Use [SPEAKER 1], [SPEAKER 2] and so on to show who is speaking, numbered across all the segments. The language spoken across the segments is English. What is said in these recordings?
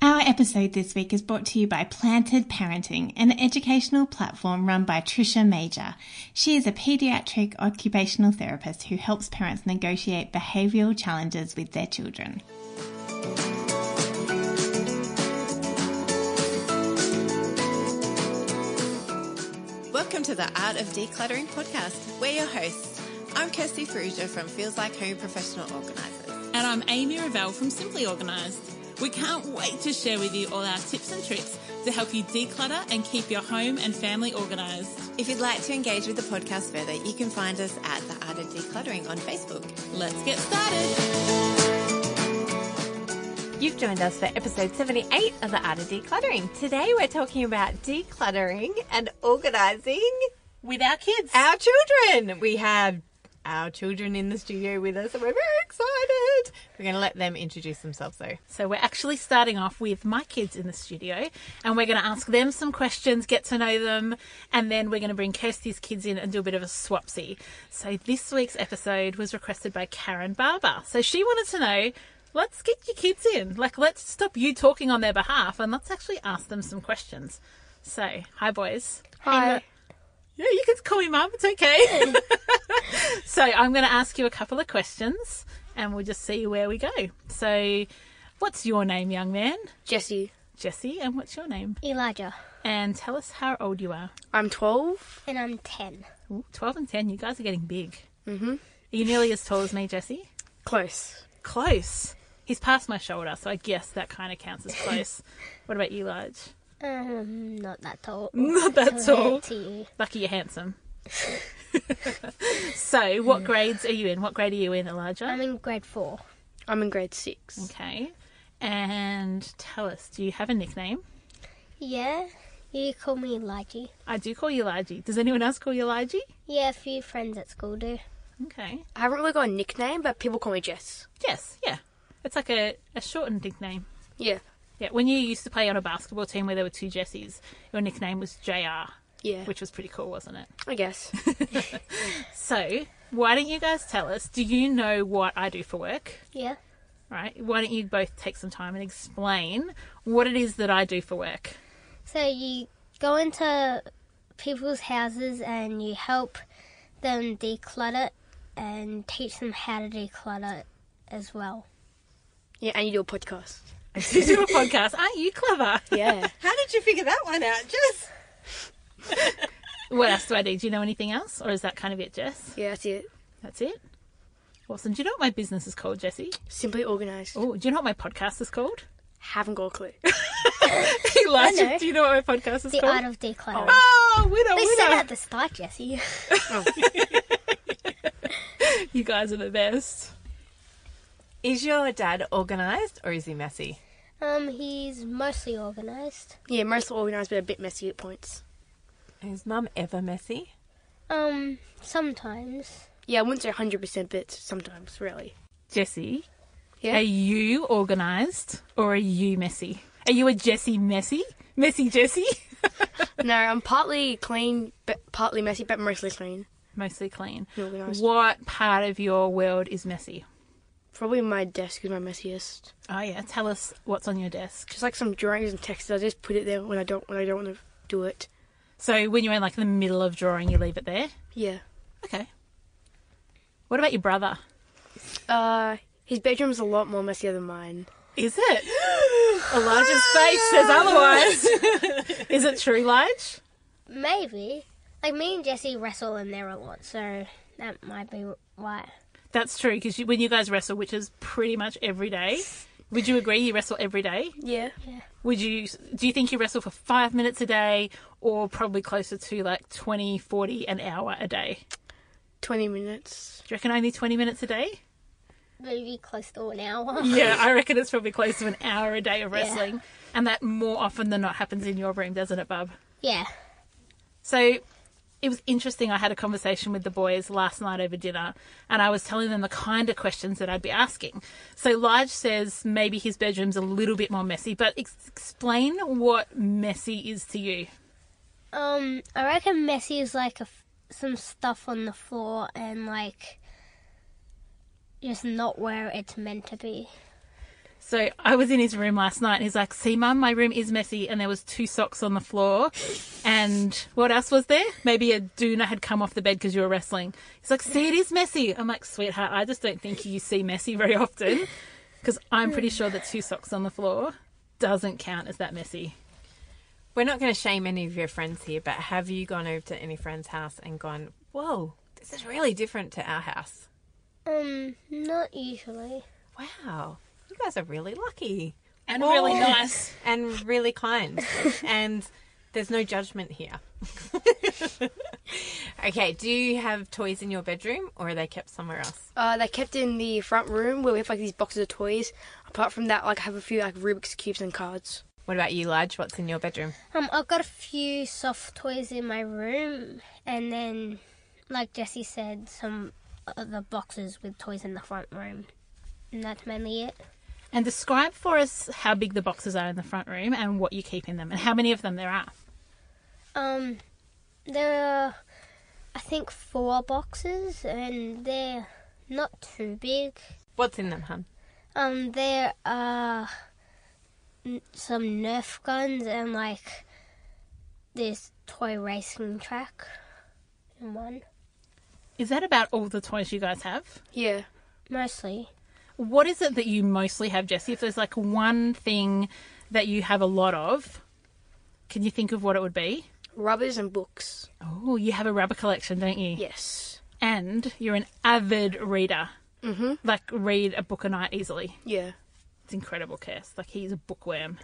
[SPEAKER 1] Our episode this week is brought to you by Planted Parenting, an educational platform run by Trisha Major. She is a pediatric occupational therapist who helps parents negotiate behavioural challenges with their children.
[SPEAKER 2] Welcome to the Art of Decluttering podcast. We're your hosts. I'm Kirsty Ferrugia from Feels Like Home Professional Organisers.
[SPEAKER 3] And I'm Amy Ravel from Simply Organised. We can't wait to share with you all our tips and tricks to help you declutter and keep your home and family organised.
[SPEAKER 2] If you'd like to engage with the podcast further, you can find us at The Art of Decluttering on Facebook.
[SPEAKER 3] Let's get started.
[SPEAKER 2] You've joined us for episode 78 of The Art of Decluttering. Today we're talking about decluttering and organising
[SPEAKER 3] with our kids,
[SPEAKER 2] our children. We have our children in the studio with us, and we're very excited. We're going to let them introduce themselves, though.
[SPEAKER 3] So, we're actually starting off with my kids in the studio, and we're going to ask them some questions, get to know them, and then we're going to bring Kirsty's kids in and do a bit of a swapsy. So, this week's episode was requested by Karen Barber. So, she wanted to know let's get your kids in. Like, let's stop you talking on their behalf, and let's actually ask them some questions. So, hi, boys.
[SPEAKER 4] Hi. Hey,
[SPEAKER 3] yeah, you can call me mum. It's okay. so I'm going to ask you a couple of questions, and we'll just see where we go. So, what's your name, young man?
[SPEAKER 4] Jesse.
[SPEAKER 3] Jesse, and what's your name?
[SPEAKER 5] Elijah.
[SPEAKER 3] And tell us how old you are.
[SPEAKER 4] I'm 12.
[SPEAKER 5] And I'm 10.
[SPEAKER 3] Ooh, 12 and 10. You guys are getting big.
[SPEAKER 4] Mhm. Are
[SPEAKER 3] you nearly as tall as me, Jesse?
[SPEAKER 4] Close.
[SPEAKER 3] Close. He's past my shoulder, so I guess that kind of counts as close. what about you, Lige?
[SPEAKER 5] Um, not that tall.
[SPEAKER 3] Not that tall. Lucky you're handsome. so, what grades are you in? What grade are you in, Elijah?
[SPEAKER 5] Hmm. I'm in grade four.
[SPEAKER 4] I'm in grade six.
[SPEAKER 3] Okay. And tell us, do you have a nickname?
[SPEAKER 5] Yeah, you call me Elijah.
[SPEAKER 3] I do call you Elijah. Does anyone else call you Elijah?
[SPEAKER 5] Yeah, a few friends at school do.
[SPEAKER 3] Okay.
[SPEAKER 4] I haven't really got a nickname, but people call me Jess.
[SPEAKER 3] Jess, yeah. It's like a, a shortened nickname.
[SPEAKER 4] Yeah.
[SPEAKER 3] Yeah, when you used to play on a basketball team where there were two Jessies, your nickname was JR.
[SPEAKER 4] Yeah.
[SPEAKER 3] Which was pretty cool, wasn't it?
[SPEAKER 4] I guess.
[SPEAKER 3] so, why don't you guys tell us? Do you know what I do for work?
[SPEAKER 5] Yeah.
[SPEAKER 3] Right? Why don't you both take some time and explain what it is that I do for work?
[SPEAKER 5] So, you go into people's houses and you help them declutter and teach them how to declutter as well.
[SPEAKER 4] Yeah, and you do a podcast.
[SPEAKER 3] You do a podcast. Aren't you clever?
[SPEAKER 4] Yeah.
[SPEAKER 2] How did you figure that one out, Jess?
[SPEAKER 3] what else do I do? Do you know anything else? Or is that kind of it, Jess?
[SPEAKER 4] Yeah, that's it.
[SPEAKER 3] That's it? Awesome. Do you know what my business is called, Jesse?
[SPEAKER 4] Simply Organised.
[SPEAKER 3] Oh, do you know what my podcast is called?
[SPEAKER 4] Haven't got a clue.
[SPEAKER 3] Elijah, do you know what my podcast is
[SPEAKER 5] the
[SPEAKER 3] called?
[SPEAKER 5] The Art of Decluttering.
[SPEAKER 3] Oh, winner,
[SPEAKER 5] They
[SPEAKER 3] winner.
[SPEAKER 5] said at the start, Jesse. oh.
[SPEAKER 3] you guys are the best.
[SPEAKER 2] Is your dad organised or is he messy?
[SPEAKER 5] Um, he's mostly organised.
[SPEAKER 4] Yeah, mostly organised, but a bit messy at points.
[SPEAKER 2] Is mum ever messy?
[SPEAKER 5] Um, sometimes.
[SPEAKER 4] Yeah, I wouldn't say 100%, but sometimes, really.
[SPEAKER 3] Jesse,
[SPEAKER 4] Yeah.
[SPEAKER 3] Are you organised or are you messy? Are you a Jesse messy? Messy Jesse?
[SPEAKER 4] No, I'm partly clean, but partly messy, but mostly clean.
[SPEAKER 3] Mostly clean.
[SPEAKER 4] Organised.
[SPEAKER 3] What part of your world is messy?
[SPEAKER 4] Probably my desk is my messiest.
[SPEAKER 3] Oh yeah, tell us what's on your desk.
[SPEAKER 4] Just like some drawings and texts, I just put it there when I don't when I don't want to do it.
[SPEAKER 3] So when you're in like the middle of drawing, you leave it there.
[SPEAKER 4] Yeah.
[SPEAKER 3] Okay. What about your brother?
[SPEAKER 4] Uh, his bedroom's a lot more messier than mine.
[SPEAKER 3] Is it? Elijah's face says otherwise. is it true, Lige?
[SPEAKER 5] Maybe. Like, me and Jesse wrestle in there a lot, so that might be why.
[SPEAKER 3] That's true because you, when you guys wrestle, which is pretty much every day, would you agree you wrestle every day?
[SPEAKER 4] Yeah.
[SPEAKER 3] Would you do you think you wrestle for 5 minutes a day or probably closer to like 20, 40 an hour a day?
[SPEAKER 4] Twenty minutes.
[SPEAKER 3] Do you reckon only 20 minutes a day?
[SPEAKER 5] Maybe close to an hour.
[SPEAKER 3] Yeah, I reckon it's probably close to an hour a day of wrestling. And that more often than not happens in your room, doesn't it, Bub?
[SPEAKER 5] Yeah.
[SPEAKER 3] So it was interesting. I had a conversation with the boys last night over dinner, and I was telling them the kind of questions that I'd be asking. So Lige says maybe his bedroom's a little bit more messy, but ex- explain what messy is to you.
[SPEAKER 5] Um, I reckon messy is like a f some stuff on the floor and like just not where it's meant to be.
[SPEAKER 3] So I was in his room last night, and he's like, "See, Mum, my room is messy, and there was two socks on the floor, and what else was there? Maybe a doona had come off the bed because you were wrestling." He's like, "See, it is messy." I'm like, "Sweetheart, I just don't think you see messy very often, because I'm pretty sure that two socks on the floor doesn't count as that messy."
[SPEAKER 6] We're not going to shame any of your friends here, but have you gone over to any friend's house and gone, whoa, this is really different to our house?
[SPEAKER 5] Um, not usually.
[SPEAKER 6] Wow, you guys are really lucky.
[SPEAKER 3] And really nice.
[SPEAKER 6] and really kind. and there's no judgment here. okay, do you have toys in your bedroom or are they kept somewhere else?
[SPEAKER 4] Uh, they kept in the front room where we have like these boxes of toys. Apart from that, like I have a few like Rubik's cubes and cards.
[SPEAKER 6] What about you, Large? What's in your bedroom?
[SPEAKER 5] Um, I've got a few soft toys in my room, and then, like Jesse said, some other boxes with toys in the front room. And that's mainly it.
[SPEAKER 3] And describe for us how big the boxes are in the front room and what you keep in them, and how many of them there are.
[SPEAKER 5] Um, there are, I think, four boxes, and they're not too big.
[SPEAKER 6] What's in them, hun?
[SPEAKER 5] Um, there are n- some Nerf guns and like this toy racing track in one,
[SPEAKER 3] Is that about all the toys you guys have?
[SPEAKER 4] Yeah.
[SPEAKER 5] mostly.
[SPEAKER 3] What is it that you mostly have, Jesse? If there's like one thing that you have a lot of, can you think of what it would be?
[SPEAKER 4] Rubbers and books.
[SPEAKER 3] Oh, you have a rubber collection, don't you?
[SPEAKER 4] Yes.
[SPEAKER 3] And you're an avid reader. Mm-hmm. Like, read a book a night easily.
[SPEAKER 4] Yeah.
[SPEAKER 3] It's incredible, Cass. Like, he's a bookworm.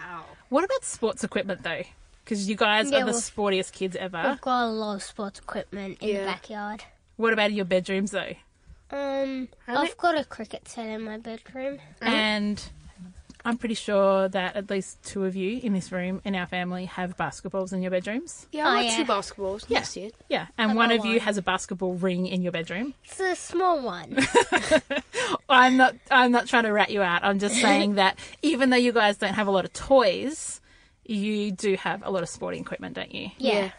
[SPEAKER 3] Wow. What about sports equipment, though? Because you guys
[SPEAKER 5] Yeah,
[SPEAKER 3] are the
[SPEAKER 5] well-
[SPEAKER 3] sportiest kids ever.
[SPEAKER 5] I've got a lot of sports equipment in
[SPEAKER 4] Yeah.
[SPEAKER 5] the backyard.
[SPEAKER 3] What about in your bedrooms, though?
[SPEAKER 5] Um, I've got a cricket set in my bedroom.
[SPEAKER 3] And I'm pretty sure that at least two of you in this room, in our family, have basketballs in your bedrooms.
[SPEAKER 4] Yeah, I
[SPEAKER 5] Oh,
[SPEAKER 4] like two
[SPEAKER 5] yeah.
[SPEAKER 4] basketballs. Yeah. That's it.
[SPEAKER 3] Yeah, and
[SPEAKER 5] I've
[SPEAKER 3] one
[SPEAKER 5] got
[SPEAKER 3] of you
[SPEAKER 5] one.
[SPEAKER 3] has a basketball ring in your bedroom.
[SPEAKER 5] It's a small one.
[SPEAKER 3] I'm not I'm not trying to rat you out. I'm just saying that even though you guys don't have a lot of toys, you do have a lot of sporting equipment, don't you?
[SPEAKER 5] yeah.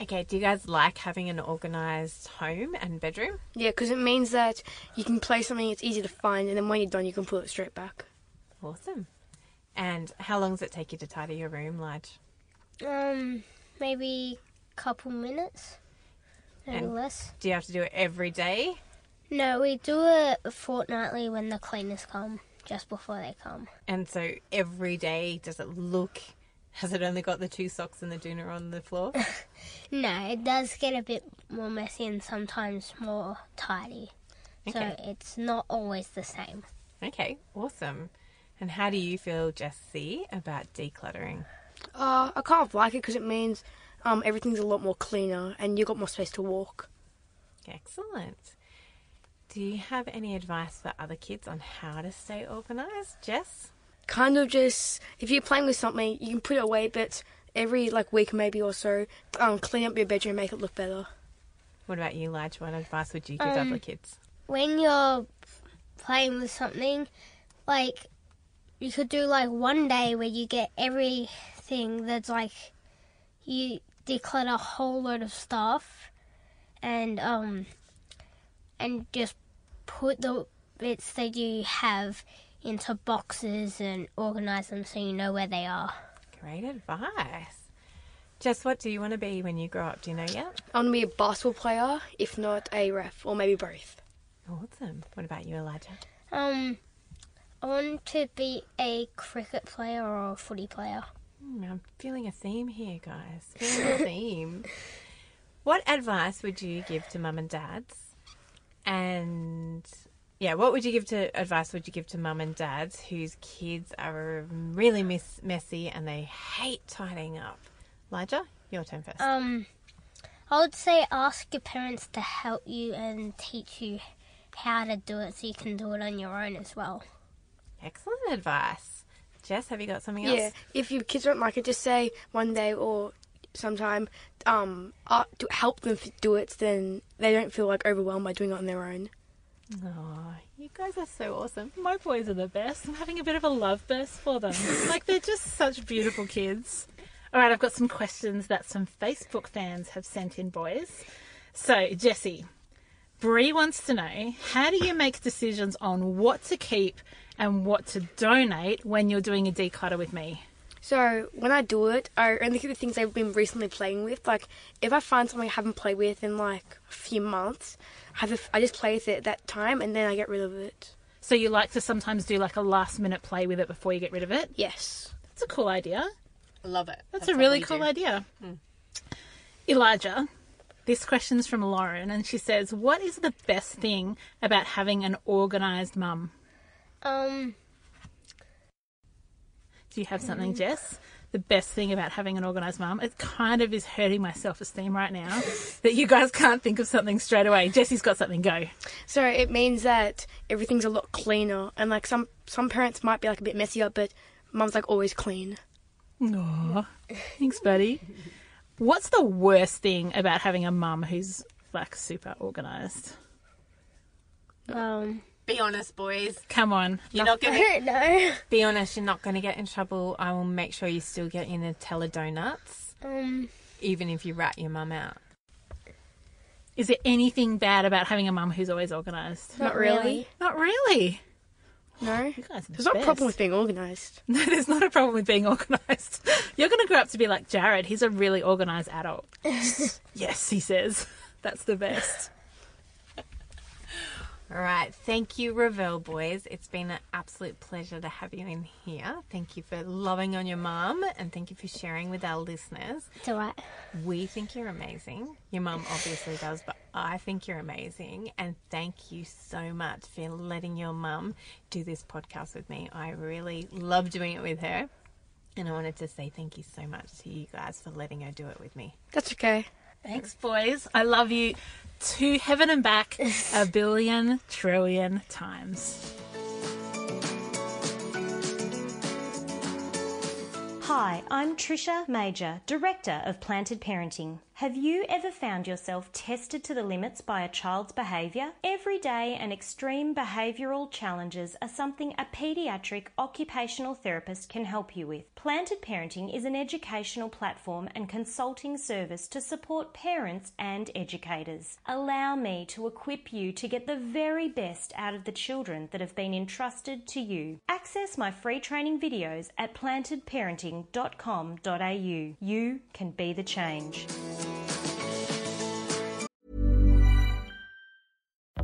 [SPEAKER 6] Okay, do you guys like having an organized home and bedroom?
[SPEAKER 4] Yeah, because it means that you can play something it's easy to find, and then when you're done, you can pull it straight back.
[SPEAKER 6] Awesome. And how long does it take you to tidy your room, Large?
[SPEAKER 5] Um, maybe couple minutes, maybe
[SPEAKER 6] And-
[SPEAKER 5] less.
[SPEAKER 6] Do you have to do it every day?
[SPEAKER 5] No, we do it fortnightly when the cleaners come, just before they come.
[SPEAKER 6] And so every day, does it look? Has it only got the two socks and the doona on the floor?
[SPEAKER 5] No, it does get a bit more messy and sometimes more tidy.
[SPEAKER 6] Okay.
[SPEAKER 5] So it's not always the same.
[SPEAKER 6] okay, awesome. And how do you feel, Jessie, about decluttering?
[SPEAKER 4] Uh, I kind of like it because it means um, everything's a lot more cleaner, and you've got more space to walk.
[SPEAKER 6] Excellent. Do you have any advice for other kids on how to stay organized, Jess?
[SPEAKER 4] Kind of just if you're playing with something, you can put it away, but every like week maybe or so, um, clean up your bedroom, make it look better.
[SPEAKER 6] What about you, Lige? What advice would you give other kids?
[SPEAKER 5] When you're playing with something, like you could do like one day where you get everything that's like you declutter a whole load of stuff and um and just put the bits that you have into boxes and organize them so you know where they are.
[SPEAKER 6] Great advice. Jess, what do you want to be when you grow up? Do you know yet?
[SPEAKER 4] I want to be a basketball player, if not a ref, or maybe both.
[SPEAKER 6] Awesome. What about you, Elijah?
[SPEAKER 5] Um, I want to be a cricket player or a footy player.
[SPEAKER 6] Hmm, I'm feeling a theme here, guys. Feeling a theme. What advice would you give to mum and dads? And yeah, what would you give to advice would you give to mum and dads whose kids are really mess, messy and they hate tidying up? Elijah, your turn first.
[SPEAKER 5] Um, I would say ask your parents to help you and teach you how to do it so you can do it on your own as well.
[SPEAKER 6] Excellent advice. Jess, have you got something else?
[SPEAKER 4] Yeah, if your kids don't like it, just say one day or sometime. Um, uh, to help them f- do it, so then they don't feel like overwhelmed by doing it on their own.
[SPEAKER 6] Oh,
[SPEAKER 3] You guys are so awesome. My boys are the best. I'm having a bit of a love burst for them. like, they're just such beautiful kids. All right, I've got some questions that some Facebook fans have sent in, boys. So, Jesse, Brie wants to know how do you make decisions on what to keep and what to donate when you're doing a declutter with me?
[SPEAKER 4] So when I do it, I only keep the things I've been recently playing with. Like if I find something I haven't played with in like a few months, I, have a, I just play with it at that time and then I get rid of it.
[SPEAKER 3] So, you like to sometimes do like a last minute play with it before you get rid of it?
[SPEAKER 4] Yes.
[SPEAKER 3] That's a cool idea.
[SPEAKER 2] I love it.
[SPEAKER 3] That's, a
[SPEAKER 2] what
[SPEAKER 3] really
[SPEAKER 2] we
[SPEAKER 3] cool
[SPEAKER 2] do. Hmm.
[SPEAKER 3] idea. Elijah, this question's from Lauren, and she says, What is the best thing about having an organised mum?
[SPEAKER 5] Um,
[SPEAKER 3] Do you have
[SPEAKER 2] Mm.
[SPEAKER 3] something, Jess? The best thing about having an organised mum, it kind of is hurting my self esteem right now that you guys can't think of something straight away. Jessie's got something, go.
[SPEAKER 4] So it means that everything's a lot cleaner and like some some parents might be like a bit messier, but mum's like always clean.
[SPEAKER 3] Aw, thanks, buddy. What's the worst thing about having a mum who's like super organised?
[SPEAKER 5] um,
[SPEAKER 2] Be honest, boys.
[SPEAKER 3] Come on.
[SPEAKER 2] You're not
[SPEAKER 5] I
[SPEAKER 2] gonna.
[SPEAKER 5] don't know.
[SPEAKER 6] Be honest, you're not going to get in trouble. I will make sure you still get your Nutella donuts,
[SPEAKER 5] Um,
[SPEAKER 6] even if you rat your mum out.
[SPEAKER 3] Is there anything bad about having a mum who's always organised?
[SPEAKER 4] Not, really.
[SPEAKER 3] Not really.
[SPEAKER 4] No.
[SPEAKER 3] You guys are the
[SPEAKER 4] There's not a
[SPEAKER 3] best.
[SPEAKER 4] problem with being organised.
[SPEAKER 3] No, there's not a problem with being organised. You're going to grow up to be like Jared. He's a really organised adult. yes, he says. That's the best.
[SPEAKER 6] All right. Thank you, Revel Boys. It's been an absolute pleasure to have you in here. Thank you for loving on your mum and thank you for sharing with our listeners.
[SPEAKER 5] it's alright.
[SPEAKER 6] We think you're amazing. Your mum obviously does, but I think you're amazing. And thank you so much for letting your mum do this podcast with me. I really love doing it with her. And I wanted to say thank you so much to you guys for letting her do it with me.
[SPEAKER 4] That's okay.
[SPEAKER 3] Thanks, boys. I love you to heaven and back a billion trillion times.
[SPEAKER 7] Hi, I'm Trisha Major, Director of Planted Parenting. Have you ever found yourself tested to the limits by a child's behaviour? Everyday and extreme behavioural challenges are something a paediatric occupational therapist can help you with. Planted Parenting is an educational platform and consulting service to support parents and educators. Allow me to equip you to get the very best out of the children that have been entrusted to you. Access my free training videos at plantedparenting.com.au. You can be the change.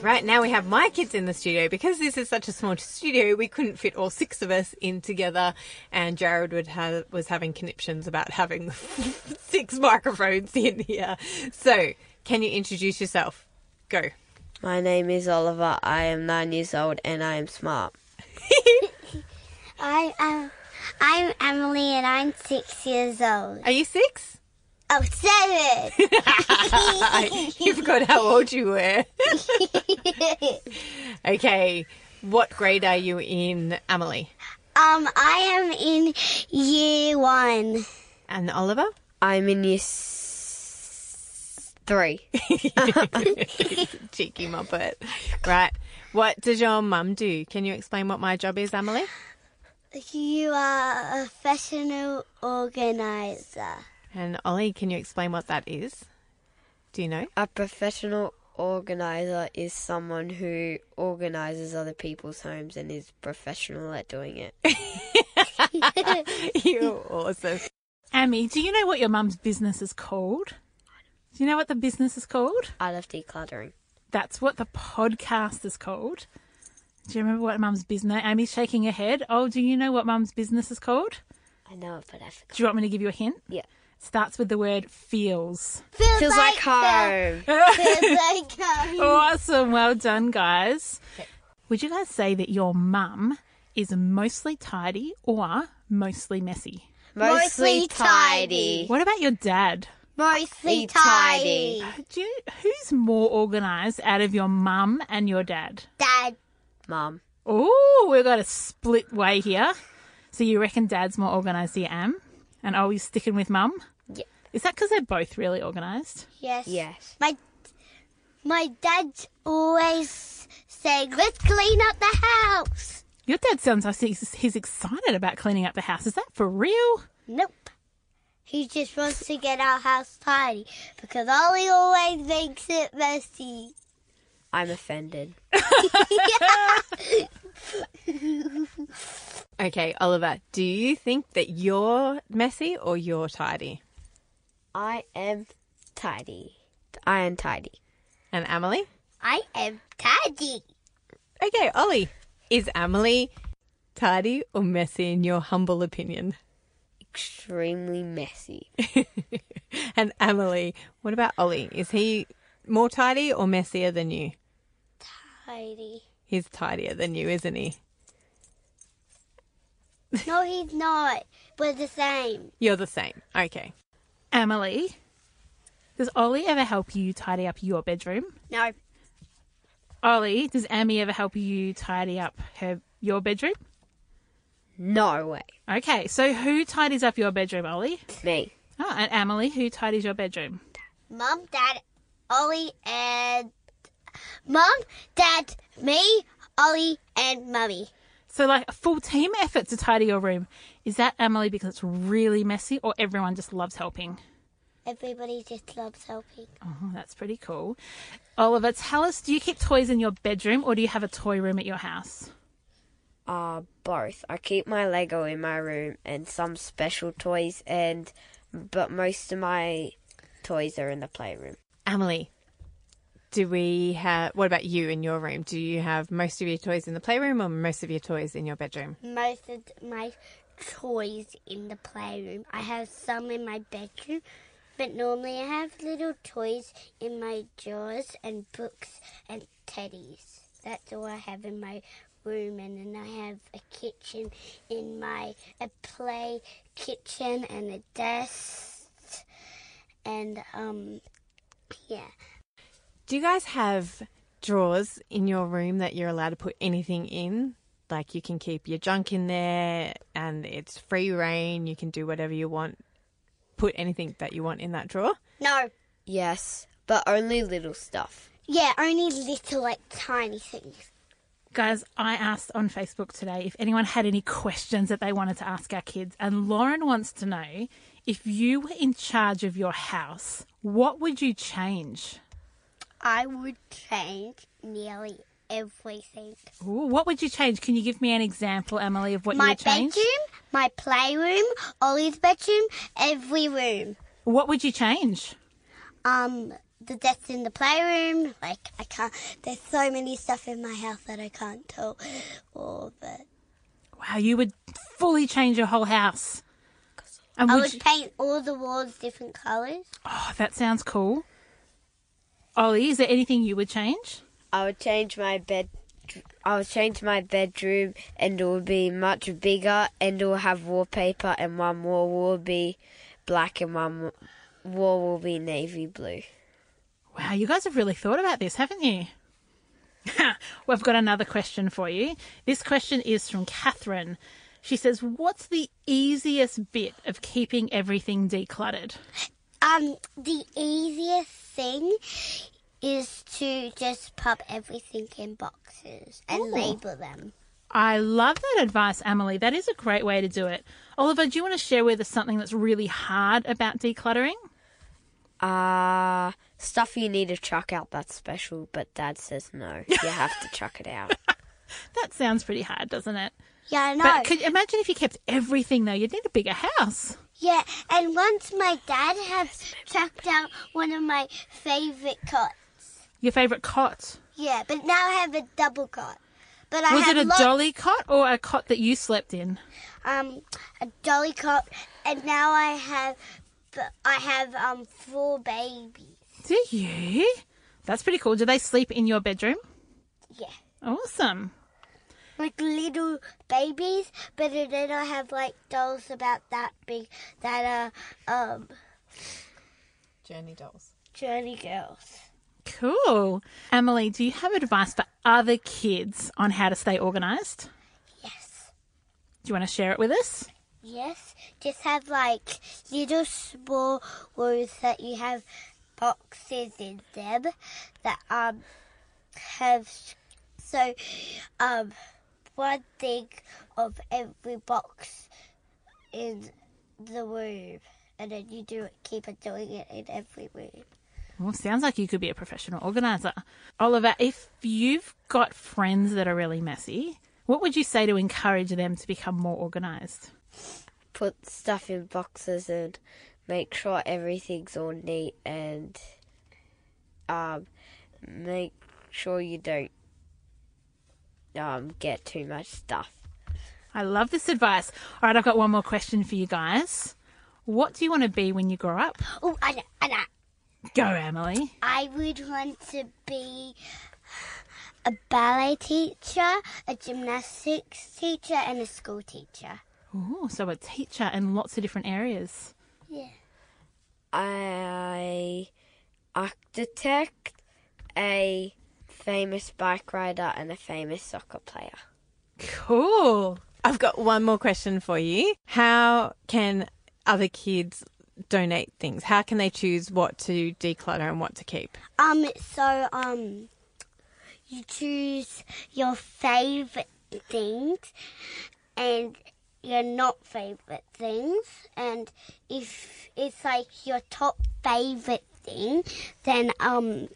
[SPEAKER 6] Right now we have my kids in the studio because this is such a small studio. We couldn't fit all six of us in together, and Jared would have was having conniptions about having six microphones in here. So, can you introduce yourself? Go.
[SPEAKER 8] My name is Oliver. I am nine years old and I am smart.
[SPEAKER 9] I um, I'm Emily and I'm six years old.
[SPEAKER 6] Are you six?
[SPEAKER 9] Oh, seven.
[SPEAKER 6] you forgot how old you were. okay, what grade are you in, Emily?
[SPEAKER 9] um, I am in year one.
[SPEAKER 6] And Oliver?
[SPEAKER 8] I'm in year s- three.
[SPEAKER 6] Cheeky muppet. Right. What does your mum do? Can you explain what my job is, Emily?
[SPEAKER 9] You are a professional organizer.
[SPEAKER 6] And Ollie, can you explain what that is? Do you know?
[SPEAKER 8] A professional organizer is someone who organizes other people's homes and is professional at doing it.
[SPEAKER 6] You're awesome.
[SPEAKER 3] Amy, do you know what your mum's business is called? Do you know what the business is called?
[SPEAKER 8] I love decluttering.
[SPEAKER 3] That's what the podcast is called. Do you remember what mum's business? Amy's shaking her head. Oh, do you know what mum's business is called?
[SPEAKER 8] I know it, but I forgot.
[SPEAKER 3] Do you want me to give you a hint?
[SPEAKER 8] Yeah.
[SPEAKER 3] Starts with the word feels.
[SPEAKER 9] Feels,
[SPEAKER 8] like home.
[SPEAKER 9] Feels like um, home.
[SPEAKER 3] Awesome. Well done, guys. Would you guys say that your mum is mostly tidy or mostly messy?
[SPEAKER 9] Mostly tidy.
[SPEAKER 3] What about your dad?
[SPEAKER 9] Mostly
[SPEAKER 8] tidy.
[SPEAKER 9] tidy.
[SPEAKER 3] Do you, who's more organised out of your mum and your dad?
[SPEAKER 9] Dad.
[SPEAKER 8] Mum.
[SPEAKER 3] Oh, we've got a split way here. So you reckon dad's more organised than you am? And always sticking with mum?
[SPEAKER 8] Yeah.
[SPEAKER 3] Is that because they're both really organised?
[SPEAKER 9] Yes.
[SPEAKER 8] Yes.
[SPEAKER 9] My my dad's always saying, "Let's clean up the house."
[SPEAKER 3] Your dad sounds like he's, he's excited about cleaning up the house. Is that for real?
[SPEAKER 9] Nope. He just wants to get our house tidy because Ollie always makes it messy.
[SPEAKER 8] I'm offended.
[SPEAKER 6] Okay, Oliver, do you think that you're messy or you're tidy?
[SPEAKER 8] I am tidy. I am tidy.
[SPEAKER 6] And Emily?
[SPEAKER 9] I am tidy.
[SPEAKER 6] Okay, Ollie, is Emily tidy or messy in your humble opinion?
[SPEAKER 8] Extremely messy.
[SPEAKER 6] And Emily, what about Ollie? Is he more tidy or messier than you?
[SPEAKER 9] Tidy.
[SPEAKER 6] He's tidier than you, isn't he?
[SPEAKER 9] No, he's not. We're the same.
[SPEAKER 6] You're the same. Okay.
[SPEAKER 3] Emily, does Ollie ever help you tidy up your bedroom?
[SPEAKER 9] No.
[SPEAKER 3] Ollie, does Amy ever help you tidy up her your bedroom?
[SPEAKER 8] No way.
[SPEAKER 3] Okay, so who tidies up your bedroom, Ollie?
[SPEAKER 8] Me.
[SPEAKER 3] Oh, and Emily, who tidies your bedroom?
[SPEAKER 9] Mum, Dad, Ollie, and Mum, Dad, me, Ollie, and Mummy.
[SPEAKER 3] So, like a full team effort to tidy your room. Is that Emily because it's really messy, or everyone just loves helping?
[SPEAKER 9] Everybody just loves helping.
[SPEAKER 3] Oh, that's pretty cool. Oliver, tell us do you keep toys in your bedroom, or do you have a toy room at your house?
[SPEAKER 8] Uh, both. I keep my Lego in my room and some special toys, and but most of my toys are in the playroom.
[SPEAKER 6] Emily, do we have what about you in your room? Do you have most of your toys in the playroom or most of your toys in your bedroom?
[SPEAKER 9] Most of my toys in the playroom. I have some in my bedroom, But normally I have little toys in my drawers and books and teddies. That's all I have in my room. And then I have a kitchen in my a play kitchen and a desk and um yeah.
[SPEAKER 6] Do you guys have drawers in your room that you're allowed to put anything in? Like you can keep your junk in there and it's free reign, you can do whatever you want. Put anything that you want in that drawer.
[SPEAKER 9] No.
[SPEAKER 8] Yes, but only little stuff.
[SPEAKER 9] Yeah, only little like tiny things.
[SPEAKER 3] Guys, I asked on Facebook today if anyone had any questions that they wanted to ask our kids, and Lauren wants to know if you were in charge of your house, what would you change?
[SPEAKER 9] I would change nearly everything.
[SPEAKER 3] Ooh, what would you change? Can you give me an example, Emily, of what you
[SPEAKER 9] my
[SPEAKER 3] would change?
[SPEAKER 9] bedroom, my playroom, Ollie's bedroom, every room.
[SPEAKER 3] What would you change?
[SPEAKER 9] Um, the desk in the playroom. Like I can't. There's so many stuff in my house that I can't tell all of it.
[SPEAKER 3] Wow, you would fully change your whole house. And
[SPEAKER 9] I
[SPEAKER 3] would
[SPEAKER 9] would
[SPEAKER 3] you-
[SPEAKER 9] paint all the walls different colors.
[SPEAKER 3] Oh, that sounds cool. Ollie, is there anything you would change?
[SPEAKER 8] I would change my bed. I would change my bedroom, and it would be much bigger, and it will have wallpaper, and one wall will be black, and one wa- wall will be navy blue.
[SPEAKER 3] Wow, you guys have really thought about this, haven't you? We've got another question for you. This question is from Catherine. She says, What's the easiest bit of keeping everything decluttered?
[SPEAKER 9] Um, the easiest thing is to just pop everything in boxes and
[SPEAKER 3] Ooh.
[SPEAKER 9] label them.
[SPEAKER 3] I love that advice, Emily. That is a great way to do it. Oliver, do you want to share with us something that's really hard about decluttering?
[SPEAKER 8] Uh stuff you need to chuck out that's special, but Dad says no. You have to chuck it out.
[SPEAKER 3] That sounds pretty hard, doesn't it?
[SPEAKER 9] Yeah, I know.
[SPEAKER 3] But could, imagine if you kept everything, though. You'd need a bigger house.
[SPEAKER 9] Yeah, and once my dad had chucked out one of my favorite cots.
[SPEAKER 3] Your favourite cot.
[SPEAKER 9] Yeah, but now I have a double cot. But I
[SPEAKER 3] was
[SPEAKER 9] have
[SPEAKER 3] it a
[SPEAKER 9] lots-
[SPEAKER 3] dolly cot or a cot that you slept in?
[SPEAKER 9] Um, a dolly cot, and now I have, but I have um four babies.
[SPEAKER 3] Do you? That's pretty cool. Do they sleep in your bedroom?
[SPEAKER 9] Yeah,
[SPEAKER 3] Awesome.
[SPEAKER 9] like little babies, but then I have like dolls about that big that are um
[SPEAKER 6] Journey dolls.
[SPEAKER 9] journey girls.
[SPEAKER 3] Cool. Emily, do you have advice for other kids on how to stay organised?
[SPEAKER 9] Yes.
[SPEAKER 3] Do you want to share it with us?
[SPEAKER 9] Yes, just have like little small rooms that you have boxes in them that um have s- so um one thing of every box in the room, and then you do it, keep on doing it in every room.
[SPEAKER 3] Well, sounds like you could be a professional organiser. Oliver, if you've got friends that are really messy, what would you say to encourage them to become more organised?
[SPEAKER 8] Put stuff in boxes and make sure everything's all neat and um make sure you don't um get too much stuff.
[SPEAKER 3] I love this advice. All right, I've got one more question for you guys. What do you want to be when you grow up?
[SPEAKER 9] Oh, I know, I know.
[SPEAKER 3] Go, Emily.
[SPEAKER 9] I would want to be a ballet teacher, a gymnastics teacher, and a school teacher.
[SPEAKER 3] Ooh, so a teacher in lots of different areas.
[SPEAKER 9] Yeah.
[SPEAKER 8] I architect, a famous bike rider, and a famous soccer player.
[SPEAKER 6] Cool. I've got one more question for you. How can other kids donate things? How can they choose what to declutter and what to keep?
[SPEAKER 9] Um, so, um, you choose your favorite things and your not favorite things. And if it's like your top favorite thing, then, um,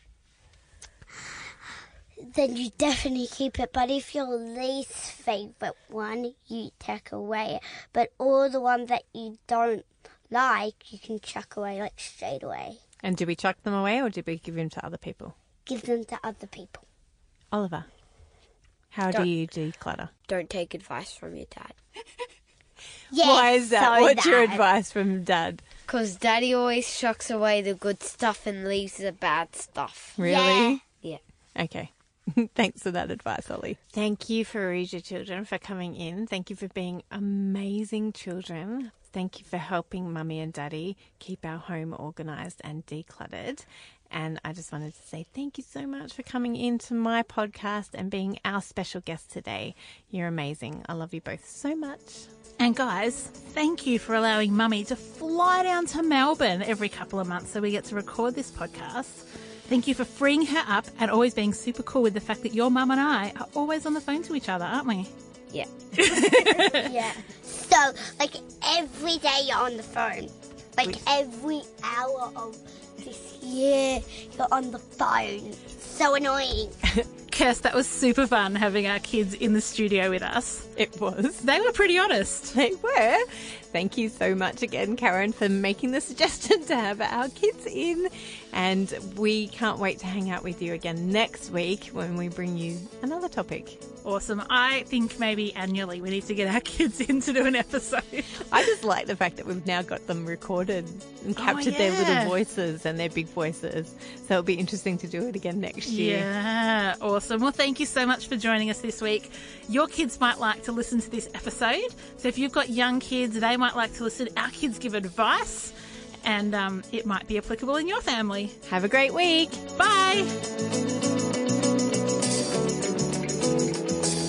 [SPEAKER 9] then you definitely keep it. But if your least favorite one, you take away it. But all the ones that you don't like, you can chuck away like straight away.
[SPEAKER 6] And do we chuck them away or do we give them to other people?
[SPEAKER 9] Give them to other people.
[SPEAKER 6] Oliver, how do
[SPEAKER 8] Don't-
[SPEAKER 6] you declutter?
[SPEAKER 8] Don't take advice from your dad.
[SPEAKER 6] Why is that?
[SPEAKER 8] so
[SPEAKER 6] What's your
[SPEAKER 8] that-
[SPEAKER 6] advice from dad?
[SPEAKER 8] Because Daddy always shucks away the good stuff and leaves the bad stuff.
[SPEAKER 6] Really?
[SPEAKER 8] Yeah.
[SPEAKER 6] Okay. Thanks for that advice, Ollie. Thank you, Faruja children, for coming in. Thank you for being amazing children. Thank you for helping mummy and daddy keep our home organized and decluttered. And I just wanted to say thank you so much for coming into my podcast and being our special guest today. You're amazing. I love you both so much.
[SPEAKER 3] And guys, thank you for allowing Mummy to fly down to Melbourne every couple of months so we get to record this podcast. Thank you for freeing her up and always being super cool with the fact that your mum and I are always on the phone to each other, aren't we?
[SPEAKER 8] Yeah.
[SPEAKER 9] yeah. So, like, every day you're on the phone. Like, every hour of this year, you're on the phone. So annoying.
[SPEAKER 3] Kirst, that was super fun having our kids in the studio with us.
[SPEAKER 6] It was.
[SPEAKER 3] They were pretty honest.
[SPEAKER 6] They were. Thank you so much again, Karen, for making the suggestion to have our kids in. And we can't wait to hang out with you again next week when we bring you another topic.
[SPEAKER 3] Awesome. I think maybe annually we need to get our kids in to do an episode.
[SPEAKER 6] I just like the fact that we've now got them recorded and
[SPEAKER 3] Oh,
[SPEAKER 6] captured their
[SPEAKER 3] yeah.
[SPEAKER 6] little voices and their big voices. So it'll be interesting to do it again next year.
[SPEAKER 3] Yeah, awesome. Well, thank you so much for joining us this week. Your kids might like to listen to this episode. So if you've got young kids, they might like to listen. Our kids give advice, and um, it might be applicable in your family.
[SPEAKER 6] Have a great week.
[SPEAKER 3] Bye.